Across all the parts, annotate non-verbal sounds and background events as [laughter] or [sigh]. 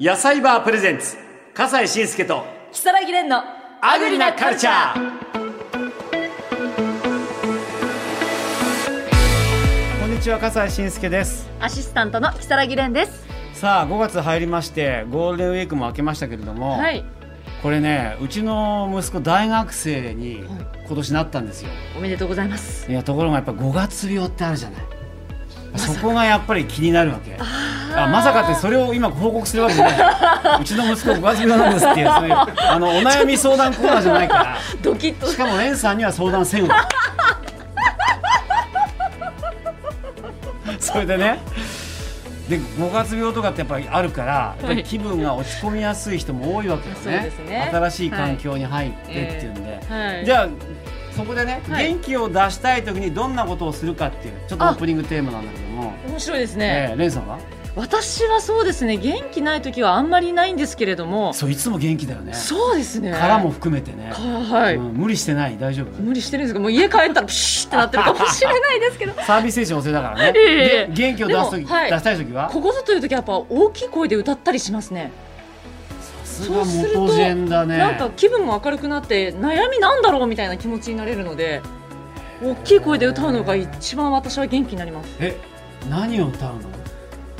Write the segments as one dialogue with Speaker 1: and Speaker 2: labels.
Speaker 1: 野菜バープレゼンツ笠西慎介と
Speaker 2: 木更木蓮の
Speaker 1: アグリなカルチャーこんにちは笠西慎介です
Speaker 2: アシスタントの木更木蓮です
Speaker 1: さあ5月入りましてゴールデンウィークも明けましたけれども、
Speaker 2: はい
Speaker 1: これねうちの息子大学生に今年なったんですよ、
Speaker 2: おめでとうございます
Speaker 1: いやところがやっぱ5月病ってあるじゃないそこがやっぱり気になるわけあまさかってそれを今報告するわけじゃ
Speaker 2: [laughs]
Speaker 1: ないうちの息子5月病なんですっていうそういうあのお悩み相談コーナーじゃないから
Speaker 2: ドキッと
Speaker 1: しかもレンさんには相談せん
Speaker 2: [laughs]
Speaker 1: わそれでねで5月病とかってやっぱりあるから、やっぱり気分が落ち込みやすい人も多いわけですね
Speaker 2: そうですね
Speaker 1: 新しい環境に入ってっていうんで、
Speaker 2: はい
Speaker 1: じゃあそこでね、
Speaker 2: はい
Speaker 1: 元気を出したい時にどんなことをするかっていうちょっとオープニングテーマなんだけども、
Speaker 2: 面白いです
Speaker 1: え
Speaker 2: ね、
Speaker 1: ー、レンさんは
Speaker 2: 私はそうですね元気ない時はあんまりないんですけれども
Speaker 1: そういつも元気だよね
Speaker 2: そうですね
Speaker 1: からも含めてね、
Speaker 2: はい、
Speaker 1: うん無理してない大丈夫
Speaker 2: 無理してるんですけどもう家帰ったらプシュってなってるかもしれないですけ
Speaker 1: [laughs]
Speaker 2: ど
Speaker 1: サービス精神旺盛だからね、
Speaker 2: いえいえ
Speaker 1: で元気を出す時、
Speaker 2: でもはい
Speaker 1: 出したい時は
Speaker 2: ここぞという時はやっぱ大きい声で歌ったりしますね
Speaker 1: さすが元ジェンだね
Speaker 2: なんか気分も明るくなって悩みなんだろうみたいな気持ちになれるので大きい声で歌うのが一番私は元気になります
Speaker 1: え何を歌うの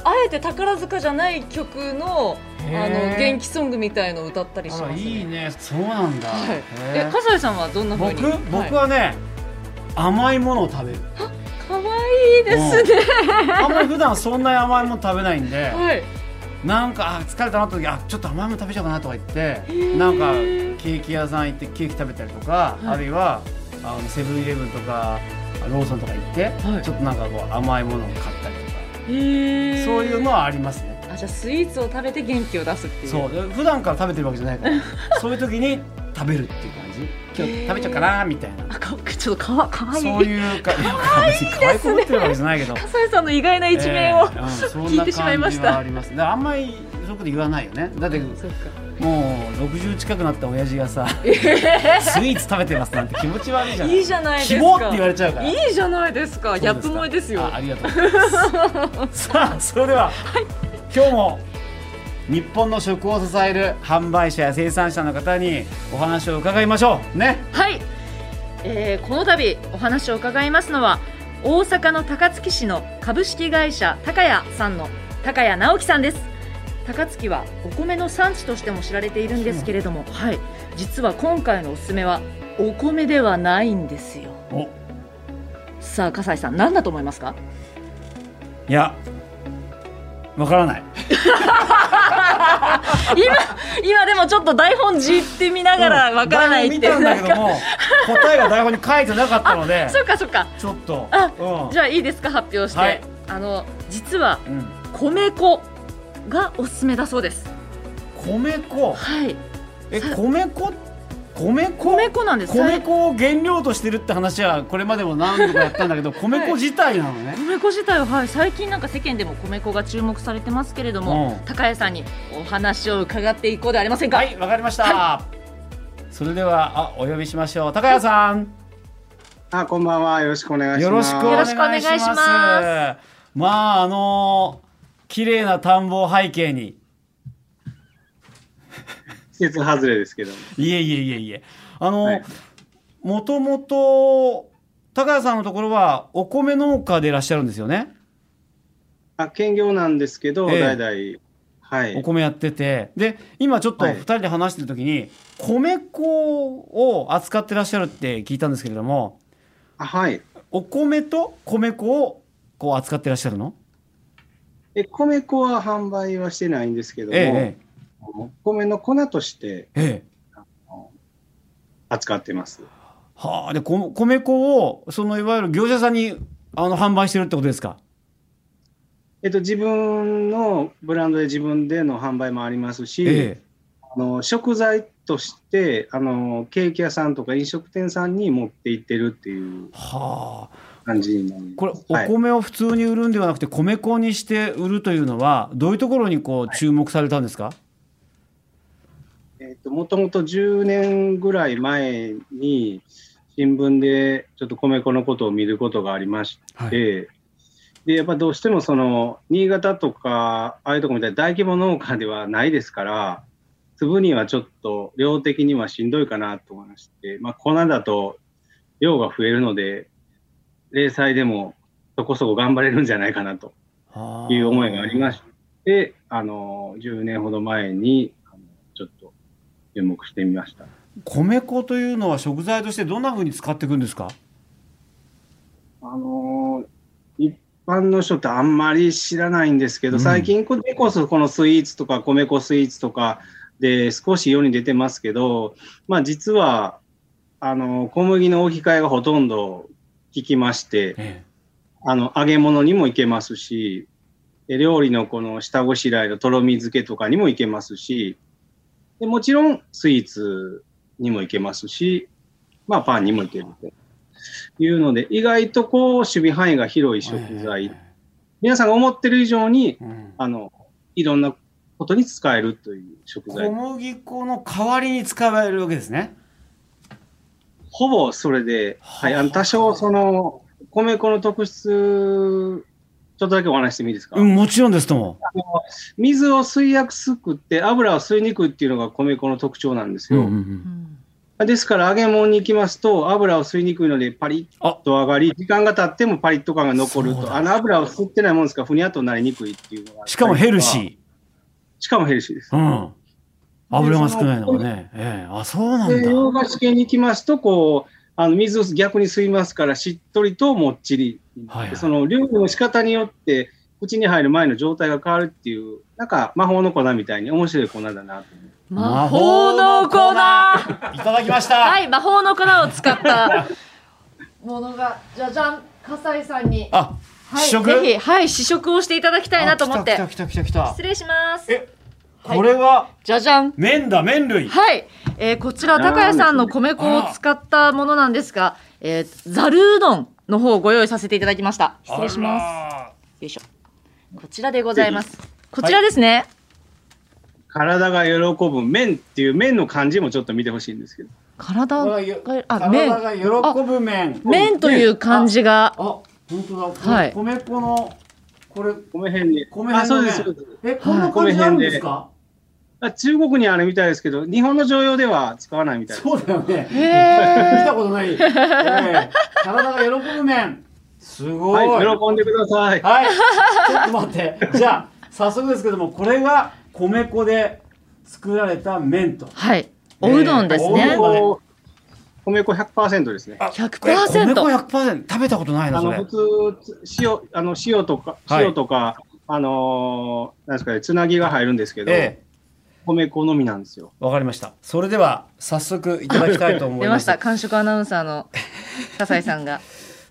Speaker 2: あえて宝塚じゃない曲のあ
Speaker 1: へー
Speaker 2: の元気ソングみたいのを歌ったりし
Speaker 1: あ
Speaker 2: ま
Speaker 1: ら
Speaker 2: す、ね、
Speaker 1: いいねそうなんだ、
Speaker 2: はい
Speaker 1: へ、
Speaker 2: え
Speaker 1: え
Speaker 2: 笠井さんはどんな風
Speaker 1: 僕
Speaker 2: に
Speaker 1: 僕
Speaker 2: は
Speaker 1: はね、甘いものを
Speaker 2: [laughs]
Speaker 1: 食べる
Speaker 2: い、かわいいですね、
Speaker 1: あんまり普段そんなに甘いもの食べないんで、
Speaker 2: [laughs] はい、
Speaker 1: なんかあ疲れたなった時あちょっと甘いもの食べちゃおうかなとか言って
Speaker 2: ー
Speaker 1: なんかケーキ屋さん行ってケーキ食べたりとか、
Speaker 2: い
Speaker 1: あるいはあのセブンイレブンとかローソンとか行って、
Speaker 2: はい
Speaker 1: ちょっとなんかこう甘いものを買ったりとか、そ
Speaker 2: そう
Speaker 1: う
Speaker 2: い
Speaker 1: いうのはありますね
Speaker 2: あじゃあスイーツを食べて元気を出すっていう
Speaker 1: そう普段から食べてるわけじゃないから
Speaker 2: [laughs]
Speaker 1: そういう時に食べるっていう感じ今日食べちゃおうかなみたいな
Speaker 2: あか [laughs] ちょっとかわかわいい
Speaker 1: そういうか、いや別に可愛いこぶってるわけじゃないけど。
Speaker 2: 笠井さんの意外な一面を、
Speaker 1: えーうんそんな
Speaker 2: 聞いてしまいました
Speaker 1: 感じはあります。だからあんまりそういうこと言わないよね。だって
Speaker 2: そうか
Speaker 1: もう六十近くなった親父がさ、スイーツ食べてますなんて気持ち悪いじゃない。
Speaker 2: いいじゃないですか
Speaker 1: キモって言われちゃうから。
Speaker 2: いいじゃないですかギ
Speaker 1: そう
Speaker 2: ャ
Speaker 1: か
Speaker 2: ップ萌えですよ
Speaker 1: あありがとうございます。さあそれでは、今日も日本の食を支える販売者や生産者の方にお話を伺いましょうね。
Speaker 2: はい、えーこの度お話を伺いますのは大阪の高槻市の株式会社高谷さんの高谷直樹さんです高槻はお米の産地としても知られているんですけれどもはい実は今回のおすすめはお米ではないんですよ
Speaker 1: お
Speaker 2: さあ笠井さん何だと思いま
Speaker 1: [laughs]
Speaker 2: すか
Speaker 1: いやわからない。
Speaker 2: 今 [laughs] 今でもちょっと台本じって見ながらわからないって、
Speaker 1: うん台本見たんだけど
Speaker 2: なんか
Speaker 1: も答えが台本に書いてなかったの
Speaker 2: [laughs]
Speaker 1: で
Speaker 2: そっかそっか
Speaker 1: ちょっと
Speaker 2: あ
Speaker 1: うん
Speaker 2: じゃあいいですか発表して、
Speaker 1: はい
Speaker 2: あの実は
Speaker 1: うん、
Speaker 2: 米粉がおすすめだそうです
Speaker 1: 米粉
Speaker 2: はい
Speaker 1: え
Speaker 2: さ
Speaker 1: 米粉米粉
Speaker 2: 米粉なんです
Speaker 1: 米粉を原料としてるって話はこれまでも何度かやったんだけど
Speaker 2: [laughs]
Speaker 1: 米粉自体なのね、
Speaker 2: 米粉自体は、はい、最近なんか世間でも米粉が注目されてますけれども、
Speaker 1: うん
Speaker 2: 高谷さんにお話を伺っていこうではありませんか、
Speaker 1: はいわかりました、それではあお呼びしましょう高谷さん
Speaker 3: あ、こんばんは。よろしくお願いします。
Speaker 1: よろしくお
Speaker 2: よ
Speaker 1: 願
Speaker 2: ろ
Speaker 1: い
Speaker 2: し
Speaker 1: し
Speaker 2: くお願
Speaker 1: ま
Speaker 2: い
Speaker 1: す
Speaker 2: します
Speaker 1: まああのー綺麗な田んぼを背景に
Speaker 3: 季節外れですけども。
Speaker 1: いえいえいえいえ。あ
Speaker 3: は
Speaker 1: の
Speaker 3: い、
Speaker 1: もともと、高谷さんのところは、お米農家でいらっしゃるんですよね。
Speaker 3: あ、兼業なんですけど、
Speaker 1: ええ
Speaker 3: 代々。は
Speaker 1: お
Speaker 3: い。
Speaker 1: 米やってて。で、今ちょっと
Speaker 3: はい
Speaker 1: 二人で話してる時に、米粉を扱ってらっしゃるって聞いたんですけれども、
Speaker 3: あ、はい。
Speaker 1: お米と米粉をこう扱ってらっしゃるの
Speaker 3: え、米粉は販売はしてないんですけども、
Speaker 1: え
Speaker 3: お米の粉として
Speaker 1: え、ええ、ええ。
Speaker 3: 扱ってます。
Speaker 1: はあ、で、こ米粉を、そのいわゆる業者さんに、あの、販売してるってことですか
Speaker 3: えっと、自分のブランドで自分での販売もありますし、
Speaker 1: え
Speaker 3: あの食材としてあのケーキ屋さんとか飲食店さんに持って行ってるってい
Speaker 1: え。
Speaker 3: う
Speaker 1: はあ。
Speaker 3: 感じになります。
Speaker 1: これ、
Speaker 3: はい
Speaker 1: お米を普通に売るんではなくて米粉にして売るというのはどういうところにこう注目されたんですか、
Speaker 3: えっともともと10年ぐらい前に新聞でちょっと米粉のことを見ることがありまして、
Speaker 1: は
Speaker 3: でやっぱどうしてもその新潟とかああいうとこみたいな大規模農家ではないですから粒にはちょっと量的にはしんどいかなと思いまして、まあ、粉だと量が増えるので零細でもそこそこ頑張れるんじゃないかなと
Speaker 1: あー
Speaker 3: いう思いがありましてあの10年ほど前にあのちょっと注目してみました。
Speaker 1: 米粉というのは食材としてどんな風に使っていくんですか
Speaker 3: あのー一般の人ってあんまり知らないんですけど、
Speaker 1: うん
Speaker 3: 最近これこそこのスイーツとか米粉スイーツとかで少し世に出てますけど、まあ、実はあの小麦の置き換えがほとんど効きまして
Speaker 1: え
Speaker 3: あの揚げ物にもいけますしで料理のこの下ごしらえのとろみ漬けとかにもいけますしでもちろんスイーツにもいけますし、まあ、パンにもいけるというので意外とこう守備範囲が広い
Speaker 1: え
Speaker 3: 食材、
Speaker 1: え
Speaker 3: 皆さんが思ってる以上に
Speaker 1: えうん
Speaker 3: あのいろんなことに使えるという食
Speaker 1: 小
Speaker 3: 材
Speaker 1: 麦粉の代わりに使えるわけですね。
Speaker 3: ほぼそれで、
Speaker 1: は
Speaker 3: は
Speaker 1: あ
Speaker 3: い、あの多少その米粉の特質ちょっとだけお話ししてもいいですか、
Speaker 1: うん、もちろんですとも。
Speaker 3: 水を吸いやすくって油を吸いにくいっていうのが米粉の特徴なんです
Speaker 1: うん
Speaker 3: よ、
Speaker 1: うんう
Speaker 2: うんん
Speaker 3: ですから揚げ物に行きますと油を吸いにくいのでパリ
Speaker 1: あ
Speaker 3: ッと上がり時間が経ってもパリッと感が残る
Speaker 1: そう
Speaker 3: と
Speaker 1: だ
Speaker 3: あの油を吸ってないもんですからふにゃっとなりにくいっていうのが
Speaker 1: しかもヘル
Speaker 3: ー
Speaker 1: シ
Speaker 3: しかもヘルシーです
Speaker 1: ー。うん。油が少ないのがね。ええあ、そうなん
Speaker 3: で
Speaker 1: だ。
Speaker 3: 洋菓子系に行きますとこうあの水を逆に吸いますからしっとりともっちり、
Speaker 1: はいはい
Speaker 3: その料理の仕方によって口に入る前の状態が変わるっていうなんか魔法の粉みたいに面白い粉だなと思って
Speaker 2: 魔法の粉はい
Speaker 1: ただきました。
Speaker 2: い魔法の粉を使った [laughs] ものがじゃじゃん笠井さんに
Speaker 1: あ、
Speaker 2: はい
Speaker 1: 試食
Speaker 2: ぜひはい試食をしていただきたいなと思っ
Speaker 1: あ
Speaker 2: て
Speaker 1: 来た来た来た来た
Speaker 2: 失礼します
Speaker 1: え
Speaker 2: はい
Speaker 1: これは
Speaker 2: じゃじゃん
Speaker 1: 麺だ、麺類。
Speaker 2: はい、えーこちら高谷さんの米粉を使ったものなんですが、えーざるうどんの方をご用意させていただきました失礼します
Speaker 1: あ
Speaker 2: よいしょこちらでございますこちらですね、
Speaker 3: 体が喜ぶ麺っていう麺の漢字もちょっと見てほしいんですけど
Speaker 2: 体
Speaker 1: ら。
Speaker 2: があ
Speaker 1: あ、
Speaker 2: 麺
Speaker 1: 体が喜ぶ麺。
Speaker 2: 麺という漢字が
Speaker 1: あ、本当だ。
Speaker 2: はい
Speaker 1: 米粉の、これ、
Speaker 3: 米辺に
Speaker 1: 米辺
Speaker 3: あそ
Speaker 1: の
Speaker 3: う
Speaker 1: ね
Speaker 3: ですそうです
Speaker 1: え、こんな感じあるんですか
Speaker 3: あ中国にあるみたいですけど日本の常用では使わないみたいです
Speaker 1: そうだよね。
Speaker 3: [laughs]
Speaker 2: へ
Speaker 1: 見
Speaker 2: え
Speaker 1: たことない。ええ体が喜ぶ麺。すご。
Speaker 3: はいい喜んでください
Speaker 1: はい。ちょっと待って。じゃあ、早速ですけども、これが米粉で作られた麺と。
Speaker 2: はいおうどんです
Speaker 1: え
Speaker 2: ね
Speaker 1: ーおうどん
Speaker 3: お米粉100%ですね
Speaker 1: 米粉
Speaker 2: 100%
Speaker 1: 100%食べたことないな、
Speaker 3: あ
Speaker 1: そ
Speaker 3: の
Speaker 1: れ。
Speaker 3: 普通つ塩あの塩とか
Speaker 1: はい
Speaker 3: 塩とか、あのーなんですかねつなぎが入るんですけど、
Speaker 1: ええ、
Speaker 3: 米粉のみなんですよ。
Speaker 1: わかりました。それでは、早速いただきたいと思い
Speaker 2: 出
Speaker 1: ま
Speaker 2: まし
Speaker 1: す。
Speaker 3: [laughs]
Speaker 2: た完食アナウンサーの笠井さんが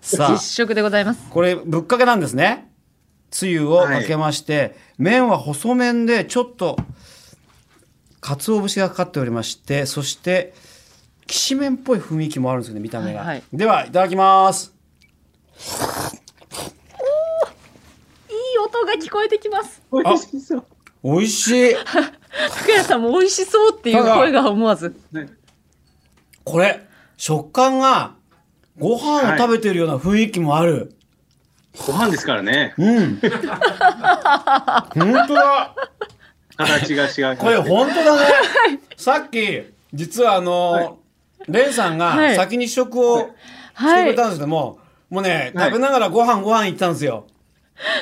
Speaker 1: さ
Speaker 2: 実
Speaker 1: あ、
Speaker 2: 食でございます
Speaker 1: これ、ぶっかけなんですね。つゆをかけまして、麺は細麺で、ちょっと、鰹節がかかっておりまして、そして、きしめんっぽい雰囲気もあるんですよね、見た目が。
Speaker 2: はいはい
Speaker 1: では、いただきます。
Speaker 2: いい音が聞こえてきます
Speaker 3: 美味しそう。
Speaker 1: 美味しい。
Speaker 2: 高谷さんも美味しそうっていう声が思わず
Speaker 3: ね
Speaker 1: これ、食感が、ご飯を食べてるような雰囲気もある。
Speaker 3: ご飯ですからね。
Speaker 1: [laughs] うん。本当だ。
Speaker 3: 形が違
Speaker 1: [laughs]
Speaker 3: う。
Speaker 1: これ本当だね。さっき、実はあの、レンさん
Speaker 2: は
Speaker 1: が
Speaker 2: い
Speaker 1: 先に試食をして
Speaker 2: は
Speaker 1: くれ
Speaker 2: い
Speaker 1: たんですけども、もうね、
Speaker 3: はい
Speaker 1: 食べながらご飯ご飯行ったんですよ。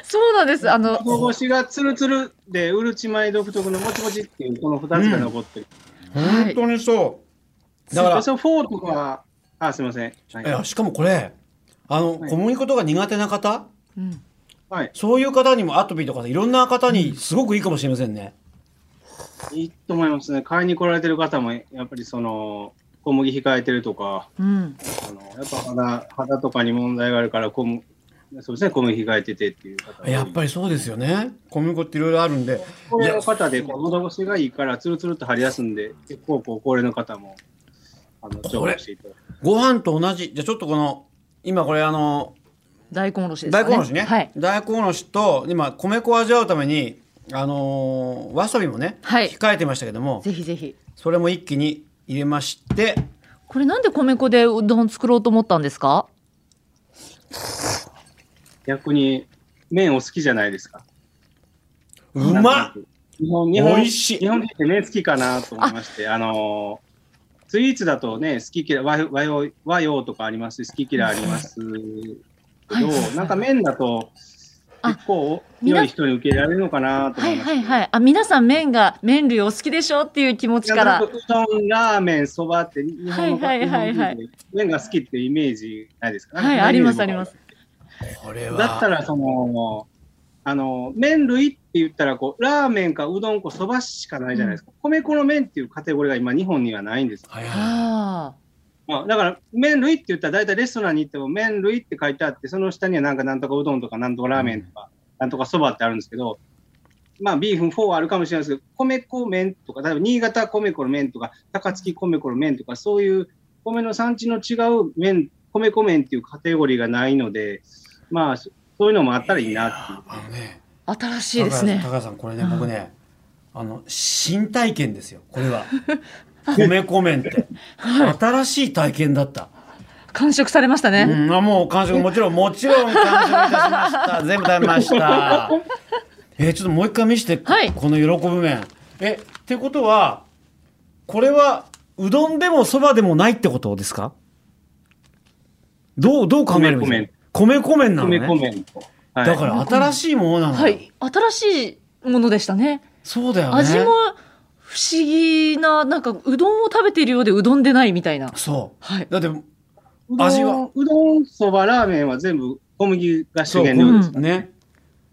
Speaker 2: そうなんですあの
Speaker 3: 喉越しがツルツルでうるち米独特のもちもちっていうこの二つが残ってる。
Speaker 2: はい
Speaker 1: 本当にそう。だから
Speaker 3: それフォーとかあすみません。はい
Speaker 1: いや、しかもこれ、あの、
Speaker 3: はい
Speaker 1: 小麦粉とか苦手な方、
Speaker 2: うん
Speaker 3: はい。
Speaker 1: そういう方にもアトピーとかいろんな方にすごくいいかもしれませんね。
Speaker 3: いいと思いますね。買いに来られてる方もやっぱりその小麦控えてるとか。
Speaker 2: うん
Speaker 3: あのやっぱ肌肌とかに問題があるから小麦そうですね小麦控えててっていう方
Speaker 1: やっぱりそうですよね。小麦粉っていろいろあるんで。
Speaker 3: 高齢の方でこう喉越しがいいからつるつると張り出すんで結構こう高齢の方もあの重宝していただく
Speaker 1: ご飯と同じ。じゃあちょっとこの、今これあの、
Speaker 2: 大根おろしです
Speaker 1: 大
Speaker 2: かね
Speaker 1: 根おろしね。
Speaker 2: はい
Speaker 1: 大根おろしと、今、米粉を味わうために、あのーわさびもね、
Speaker 2: はい
Speaker 1: 控えてましたけども、
Speaker 2: ぜひぜひ
Speaker 1: それも一気に入れまして、
Speaker 2: これなんで米粉でうどん作ろうと思ったんですか
Speaker 3: 逆に麺お好きじゃないですか。
Speaker 1: う
Speaker 3: なん
Speaker 1: まっ
Speaker 3: となく日本日
Speaker 1: 美
Speaker 3: 本
Speaker 1: 味し
Speaker 3: 日
Speaker 1: い
Speaker 3: 本人って麺好きかなと思いまして、あのースイーツだとね、好き嫌い、和和洋和洋とかありますし、好き嫌いありますけ
Speaker 2: はい
Speaker 3: ど
Speaker 2: はいはい、
Speaker 3: なんか麺だと、
Speaker 2: あ
Speaker 3: 結構、
Speaker 2: みな
Speaker 3: 良い人に受け入れられるのかなと
Speaker 2: は
Speaker 3: 思い
Speaker 2: い
Speaker 3: まし
Speaker 2: は
Speaker 3: て。
Speaker 2: いはい。あ、皆さん麺が、麺類お好きでしょっていう気持ちか
Speaker 3: なん
Speaker 2: ら
Speaker 3: と。なくうどん、ラーメン、そばって、日本の
Speaker 2: はいはいはいはい
Speaker 3: 日本人って麺が好きってイメージないですか
Speaker 2: はい、ありますあります。。
Speaker 1: これ
Speaker 3: だった
Speaker 1: は
Speaker 3: らそのあの麺類って言ったらこうラーメンかうどんかそばしかないじゃないですか、米粉の麺っていうカテゴリーが今日本にはないんです、
Speaker 1: はいは
Speaker 2: あ
Speaker 3: まあ、だから麺類って言ったら大体レストランに行っても麺類って書いてあってその下にはなんかなんとかうどんとかなんとかラーメンとか、なんとかそばってあるんですけどまあビーフンフォーはあるかもしれないですけど米粉麺とか例えば新潟米粉の麺とか高槻米粉の麺とかそういう米の産地の違う麺米粉麺っていうカテゴリーがないのでまあそそういうのもあったらいいなっていう。
Speaker 1: あのね
Speaker 2: あ、新しいですね
Speaker 1: 高。橋さんこれね
Speaker 2: うん
Speaker 1: 僕ねあの新体験ですよこれ
Speaker 2: [laughs]
Speaker 1: は米粉麺って新しい体験だった
Speaker 2: 完食されましたね。
Speaker 1: うん、あもう完食もちろんもちろん完食いたしま
Speaker 2: [laughs]
Speaker 1: した全部食べましたえーちょっともう一回見せて、
Speaker 2: はい
Speaker 1: この喜ぶ麺えってことはこれはうどんでもそばでもないってことですかどうどう考えればいいんですか米粉麺なのね
Speaker 3: 米粉麺と。はい
Speaker 1: だから新しいものなの、
Speaker 2: はい、新しいものでしたね。
Speaker 1: そうだよね
Speaker 2: 味も不思議な、なんかうどんを食べているようでうどんでないみたいな。
Speaker 1: そう
Speaker 2: はい。
Speaker 1: だって
Speaker 3: うどん
Speaker 1: 味は
Speaker 3: うどん、そば、ラーメンは全部小麦が主
Speaker 1: そう
Speaker 3: 源のようです。
Speaker 1: ね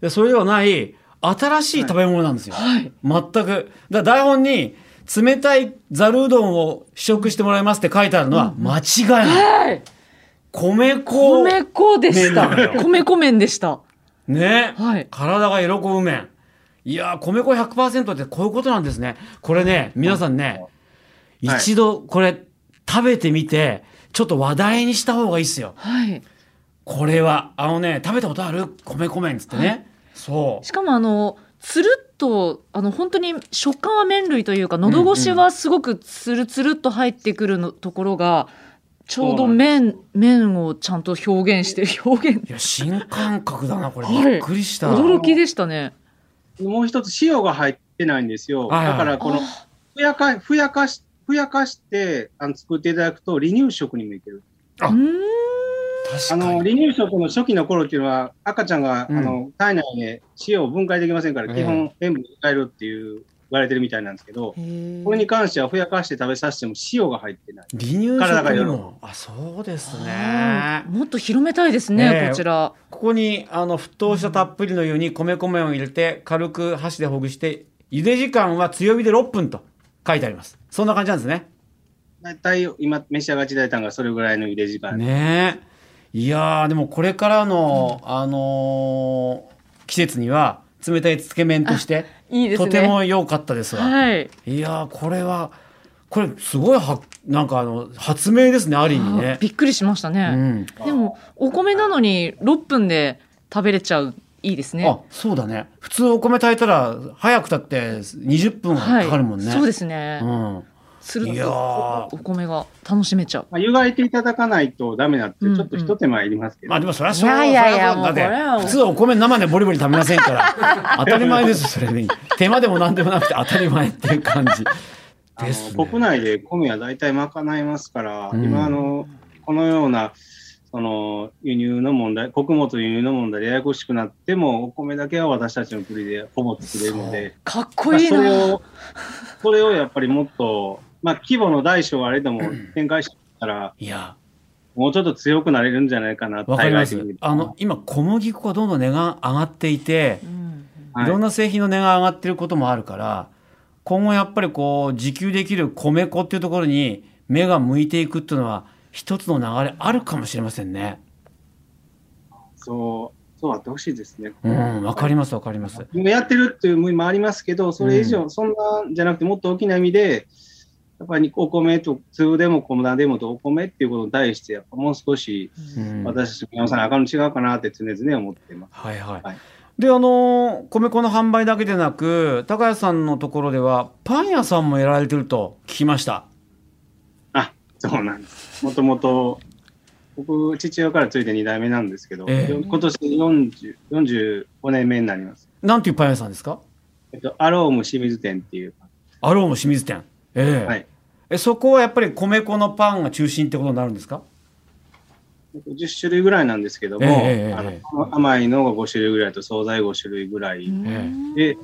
Speaker 1: でそれではない新しい食べ物なんですよ、
Speaker 2: はい。
Speaker 1: 全く。だ台本に、冷たいざるうどんを試食してもらいますって書いてあるのは間違いない。
Speaker 2: はい。
Speaker 1: 米粉。
Speaker 2: 米粉でし
Speaker 1: 麺なの
Speaker 2: た。
Speaker 1: よ
Speaker 2: 米粉麺でした。
Speaker 1: ね。
Speaker 2: はい。
Speaker 1: 体が喜ぶ麺。いやー、米粉100%ってこういうことなんですね。これね、皆さんね、
Speaker 3: はい
Speaker 1: 一度これ食べてみて、ちょっと話題にした方がいいっすよ。
Speaker 2: はい。
Speaker 1: これは、あのね、食べたことある米粉麺っつってね。
Speaker 2: はい
Speaker 1: そう。
Speaker 2: しかもあの、つるっと、あの、本当に食感は麺類というか、喉越しはすごくつるつるっと入ってくるのところが、ちょうど麺、麺をちゃんと表現してる、表現。
Speaker 1: いや、新感覚だな、これ。
Speaker 2: はい
Speaker 1: びっくりした。
Speaker 2: 驚きでしたね。
Speaker 3: もう一つ塩が入ってないんですよ。
Speaker 1: はいはい
Speaker 3: だからこの
Speaker 2: あ
Speaker 3: ふやかふやかしふやかしてあの作っていただくと離乳食にもいける。
Speaker 1: あ
Speaker 2: うーん。
Speaker 1: 確か
Speaker 3: あ
Speaker 1: に。
Speaker 3: の離乳食の初期の頃っていうのは赤ちゃんが、
Speaker 1: うん
Speaker 3: あの体内で塩を分解できませんから
Speaker 1: ええ
Speaker 3: 基本塩分を控えるっていう言われてるみたいなんですけど、これに関してはふやかして食べさせても塩が入ってない。
Speaker 1: 離乳
Speaker 3: 体が
Speaker 1: 食
Speaker 3: 喜
Speaker 1: に
Speaker 3: ぶ
Speaker 1: もあそうです
Speaker 2: は
Speaker 1: ね
Speaker 2: いもっと広めたいですね、
Speaker 1: ねえ
Speaker 2: こちら。
Speaker 1: ここにあの沸騰したたっぷりの湯に米粉麺を入れて軽く箸でほぐして茹で時間は強火で6分と書いてありますそんな感じなんですね
Speaker 3: 大体今召し上がっていただいたのがそれぐらいの茹で時間で
Speaker 1: ねえいやーでもこれからの、あのー季節には冷たいつけ麺として
Speaker 2: いいですね。
Speaker 1: とても良かったですわ、
Speaker 2: はい。
Speaker 1: い、やーこれはこれすごいはなんかあの発明ですねある意味
Speaker 2: あ
Speaker 1: ね
Speaker 2: びっくりしました
Speaker 1: う
Speaker 2: ね。
Speaker 1: ん
Speaker 2: でも、お米なのに6分で食べれちゃう、いいですね。
Speaker 1: あそうだね普通お米炊いたら早くたって20分はかかるもんね、
Speaker 2: そうですね。
Speaker 1: うん、
Speaker 2: する
Speaker 1: いやー
Speaker 2: とお米が楽しめちゃう。
Speaker 3: まあ、湯がいていただかないとダメなって、
Speaker 2: うん
Speaker 3: ちょっと一手間いりますけど、
Speaker 1: まあでもそれはしょう
Speaker 2: いやいやいや
Speaker 1: そりゃそうだっ
Speaker 2: もうこれは
Speaker 1: て普通はお米生でボリボリ食べませんから
Speaker 2: [laughs]
Speaker 1: 当たり前ですそれに手間でも何でもなくて当たり前っていう感じ
Speaker 3: [laughs] あの
Speaker 1: ですね
Speaker 3: 国内で米は大体賄いますから、
Speaker 1: うん
Speaker 3: 今あの、このようなその輸入の問題、穀物輸入の問題でややこしくなっても、お米だけは私たちの国でほぼ作れるので、
Speaker 2: かっ
Speaker 3: ま
Speaker 2: こ
Speaker 3: あ
Speaker 2: いい
Speaker 3: それ
Speaker 2: な。
Speaker 3: を、それをやっぱりもっと、まあ、規模の大小はあれでも展開していったら、
Speaker 1: いや
Speaker 3: もうちょっと強くなれるんじゃないかな、
Speaker 1: わかります
Speaker 3: 対外的に
Speaker 1: あの今小麦粉がどんどん値が上がっていて
Speaker 2: うん
Speaker 1: い
Speaker 3: はい
Speaker 1: ろんな製品の値が上がってることもあるから今後やっぱりこう自給できる米粉っていうところに目が向いていくっていうのは一つの流れあるかもしれませんね。
Speaker 3: そう、そうあってほしいですね。
Speaker 1: うん、わかります、わかります。
Speaker 3: やってるっていう意味もありますけど、それ以上、そんなんじゃなくて、もっと大きな意味で、やっぱりお米と、通でも米でもとお米っていうことに対して、やっぱもう少し
Speaker 1: うん、はい
Speaker 3: 私たち皆さん、あかんの違うかなって常々思って
Speaker 1: [laughs]
Speaker 3: ます。
Speaker 1: はい。
Speaker 3: はい
Speaker 1: で、あのー米粉の販売だけでなく、高谷さんのところでは、パン屋さんもやられてると聞きました。
Speaker 3: あ、そうなんです。もともと、僕、父親からついて2代目なんですけど、
Speaker 1: ええ
Speaker 3: 今年40 45年目になります。
Speaker 1: なんていうパン屋さんですか
Speaker 3: えっと、アローム清水店っていう、
Speaker 1: アローム清水店。ええ
Speaker 3: はい、
Speaker 1: えそこはやっぱり米粉のパンが中心ってことになるんですか
Speaker 3: 10種類ぐらいなんですけども、
Speaker 1: ええええ
Speaker 3: あの
Speaker 1: ええ
Speaker 3: 甘いのが5種類ぐらいと、惣菜5種類ぐらい
Speaker 2: うん
Speaker 3: で、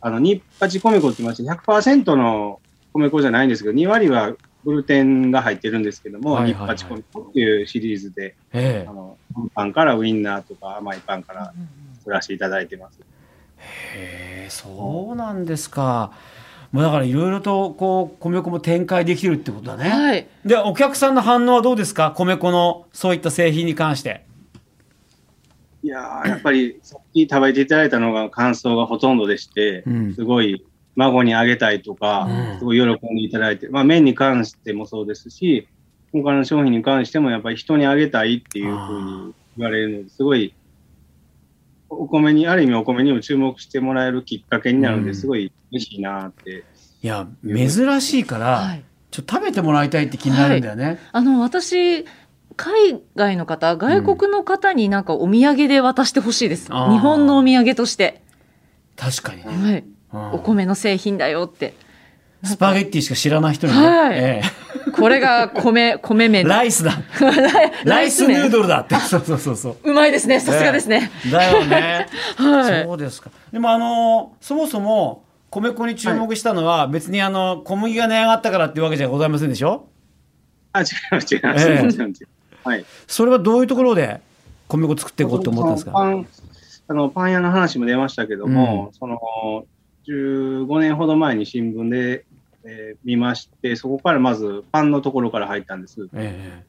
Speaker 3: あの、ニッパチ米粉って言いまして、100%の米粉じゃないんですけど、2割はグルテンが入ってるんですけども、
Speaker 1: はいはい
Speaker 3: ニ
Speaker 1: はい
Speaker 3: ッパチ米粉っていうシリーズで、
Speaker 1: え
Speaker 3: あの、パンからウインナーとか甘いパンから作らせていただいてます。
Speaker 1: えへえそうなんですか。もうだからいろいろとこう米粉も展開できるってことだね。
Speaker 2: はい。
Speaker 1: でお客さんの反応はどうですか米粉のそういった製品に関して。
Speaker 3: いやーやっぱりさっき食べていただいたのが感想がほとんどでして、
Speaker 1: うん
Speaker 3: すごい孫にあげたいとか、
Speaker 1: うん
Speaker 3: すごい喜んでいただいて、まあ、麺に関してもそうですし、他の商品に関してもやっぱり人にあげたいっていうふうに言われるので、すごい、お米に、ある意味お米にも注目してもらえるきっかけになるの
Speaker 1: う
Speaker 3: で、
Speaker 1: ん
Speaker 3: すごい嬉しいなーって。
Speaker 1: いや珍しいから、
Speaker 2: はい。
Speaker 1: ちょっと食べてもらいたいって気になるんだよね。
Speaker 2: あの、私、海外の方、外国の方になんかお土産で渡してほしいです。
Speaker 1: あー
Speaker 2: 日本のお土産として。
Speaker 1: 確かにね。
Speaker 2: はい。
Speaker 1: うん
Speaker 2: お米の製品だよって。
Speaker 1: スパゲッティしか知らない人にね、
Speaker 2: はい
Speaker 1: え
Speaker 2: これが
Speaker 1: [laughs]
Speaker 2: 米、米
Speaker 1: え
Speaker 2: 麺。
Speaker 1: ライスだ。
Speaker 2: [laughs]
Speaker 1: ライスヌー
Speaker 2: ル。
Speaker 1: ドルだって。そうそうそうそう。
Speaker 2: うまいですね。さすがですね。
Speaker 1: だよね。
Speaker 2: はい。
Speaker 1: そうですか。でもあのそもそも米粉に注目したのは別にあの小麦が値上がったからっていうわけじゃございませんでしょ。
Speaker 3: あ、違います、違います。
Speaker 1: ええ
Speaker 3: 違います違いますはい。
Speaker 1: それはどういうところで米粉作っていこうと思ったんです
Speaker 3: パ
Speaker 1: か。
Speaker 3: ンあのパン屋の話も出ましたけども、その15年ほど前に新聞で、えー見まして、そこからまずパンのところから入ったんです。
Speaker 1: え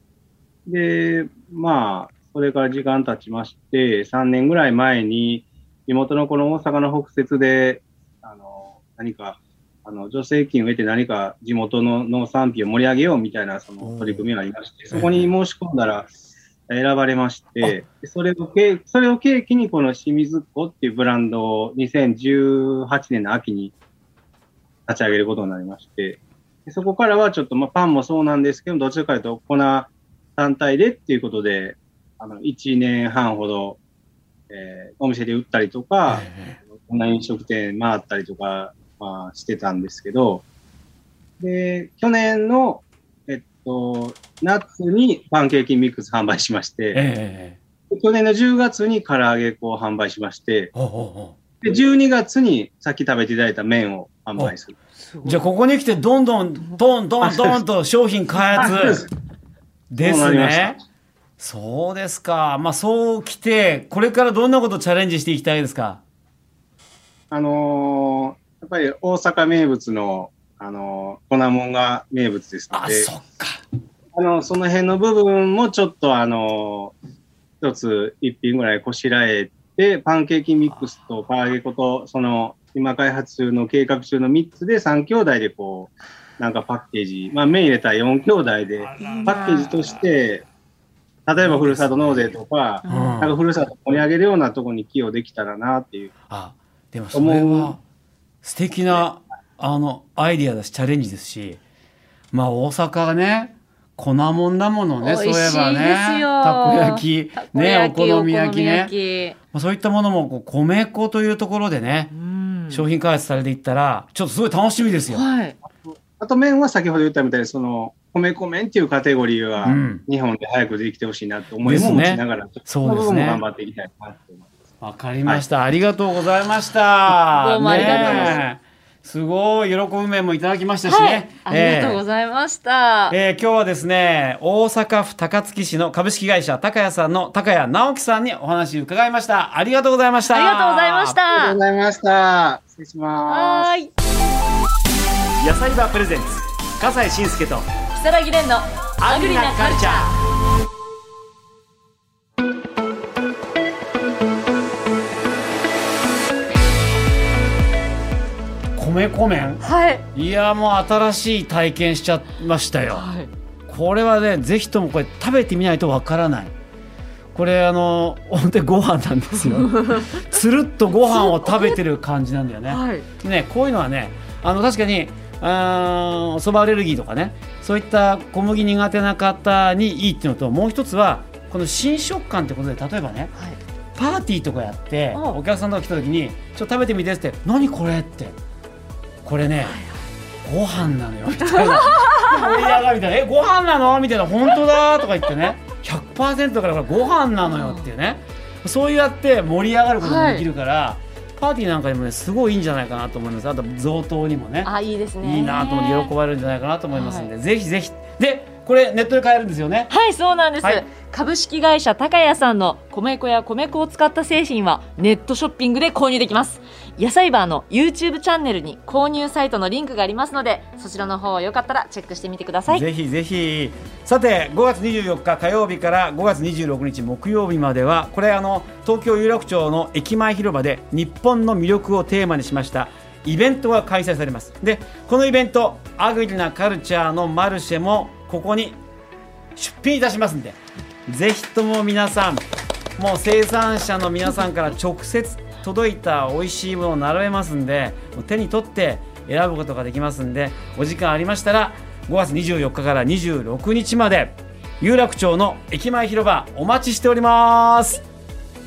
Speaker 3: で、まあ、それから時間経ちまして、3年ぐらい前に、地元のこの大阪の北節で、あの何かあの助成金を得て、何か地元の農産品を盛り上げようみたいなそ
Speaker 1: お
Speaker 3: の
Speaker 1: ー
Speaker 3: 取り組みがありまして、そこに申し込んだら、選ばれまして、でそれをけそれを契機に、この清水っ子っていうブランドを2018年の秋に立ち上げることになりまして、でそこからはちょっと、まあ、パンもそうなんですけど、どちらかというと粉単体でっていうことで、あの1年半ほど、えーお店で売ったりと
Speaker 1: え
Speaker 3: か、
Speaker 1: え
Speaker 3: こんな飲食店回ったりとか、まあ、してたんですけど、で、去年の、えっと、夏にパンケーキミックス販売しまし
Speaker 1: え
Speaker 3: て、
Speaker 1: ええ
Speaker 3: 去年の10月に唐揚げ粉を販売しまして、
Speaker 1: おうお
Speaker 3: で、12月にさっき食べていただいた麺を販売する。
Speaker 2: す
Speaker 1: うお
Speaker 2: ご
Speaker 1: う
Speaker 2: い
Speaker 1: じゃあここに来てどんどんどんどんどんと商品開
Speaker 3: あそうで
Speaker 1: 発
Speaker 3: す
Speaker 1: で
Speaker 3: そう
Speaker 1: す
Speaker 3: なりました
Speaker 1: ね。そうですか。まあそう来てこれからどんなことチャレンジしていきたいですか。
Speaker 3: あのーやっぱり大阪名物の、あのー粉もんが名物ですの
Speaker 1: あ
Speaker 3: で、
Speaker 1: そっか。
Speaker 3: あの、その辺の部分もちょっとあの、一つ一品ぐらいこしらえて、パンケーキミックスとパーゲコと、その、今開発中の計画中の3つで3兄弟でこう、なんかパッケージ、まあ、麺入れたら4兄弟で、パッケージとして、例えばふるさと納税とか、
Speaker 1: う
Speaker 2: うん
Speaker 1: ん
Speaker 3: なんかふるさと盛り上げるようなところに寄与できたらなっていう。
Speaker 1: あでもそれ
Speaker 3: 思
Speaker 1: は素敵なあのアイディアだしチャレンジですしまあ大阪はね粉もんだものねそう
Speaker 2: 美
Speaker 1: いえ
Speaker 2: 味しい
Speaker 1: ば
Speaker 2: です
Speaker 1: ね
Speaker 2: よ
Speaker 1: たこ焼き
Speaker 2: たこ
Speaker 1: ねお
Speaker 2: 焼き
Speaker 1: 好み焼き
Speaker 2: お好
Speaker 1: ね
Speaker 2: み焼き
Speaker 1: まあそういったものもこう米粉というところでね
Speaker 2: うん
Speaker 1: 商品開発されていったらちょっとすごい楽しみですよ。
Speaker 2: はい。
Speaker 3: あと麺は先ほど言ったみたいに、その、米粉麺っていうカテゴリーは
Speaker 1: うん、
Speaker 3: 日本で早くできてほしいなって思いも持ちながら、
Speaker 1: そうですね
Speaker 3: の部分も頑張っていきたいなって思います。
Speaker 1: わかりました、ありがとうございました。
Speaker 2: どうもありがとうございます
Speaker 1: ねえすごい喜ぶ面もいただきましたし
Speaker 2: はい
Speaker 1: ね。。
Speaker 2: ありがとうございました。
Speaker 1: [laughs] えー今日はですね大阪府高槻市の株式会社高谷さんの高谷直樹さんにお話伺いましたありがとうございました
Speaker 2: ありがとうございまし
Speaker 3: ありがとう
Speaker 2: た
Speaker 3: ご。ざいました。失礼します。
Speaker 2: はーい。
Speaker 1: 野菜バープレゼンツ笠西慎介と
Speaker 2: 木更木蓮のアグリなカルチャー。
Speaker 1: 米粉麺
Speaker 2: はい。
Speaker 1: いやもう新しい体験しちゃいましたよ
Speaker 2: はい。
Speaker 1: これはねぜひともこれ食べてみないとわからないこれあの本当にご飯なんです
Speaker 2: [laughs]
Speaker 1: よつるっとご飯を食べてる感じなんだよね
Speaker 2: はい。
Speaker 1: ね、こういうのはねあの確かにあーそばアレルギーとかねそういった小麦苦手な方にいいっていうのともう一つはこの新食感ってことで例えばね
Speaker 2: はい、
Speaker 1: パーティーとかやって
Speaker 2: あ
Speaker 1: お客さんとか来た時に「ちょっと食べてみて」って「何これ?」ってこれねご飯なのよみたいな盛り上がるみたいな「えご飯なの?」みたいな「本当だ」とか言ってね100%だからご飯なのよっていうねそうやって盛り上がることもできるから、パーティーなんかにもねすごいいいんじゃないかなと思いますあと贈答にもね
Speaker 2: あいいですね
Speaker 1: いいなと思って喜ばれるんじゃないかなと思いますんで、ぜひぜひでこれネットで買えるんですよね
Speaker 2: はい、そうなんです。
Speaker 1: はい
Speaker 2: 株式会社高谷さんの米粉や米粉を使った製品はネットショッピングで購入できます。野菜バーの YouTube チャンネルに購入サイトのリンクがありますので、そちらの方をよかったらチェックしてみてください。
Speaker 1: ぜひぜひさて5月24日火曜日から5月26日木曜日まではこれあの東京有楽町の駅前広場で日本の魅力をテーマにしましたイベントが開催されますでこのイベントアグリなカルチャーのマルシェもここに出品いたしますんでぜひとも皆さんもう生産者の皆さんから直接届いた美味しいものを並べますんでもう手に取って選ぶことができますんでお時間ありましたら5月24日から26日まで有楽町の駅前広場お待ちしております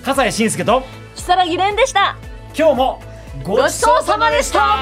Speaker 1: 笠西慎介と
Speaker 2: 如月蓮でした。
Speaker 1: 今日もごちそうさまでした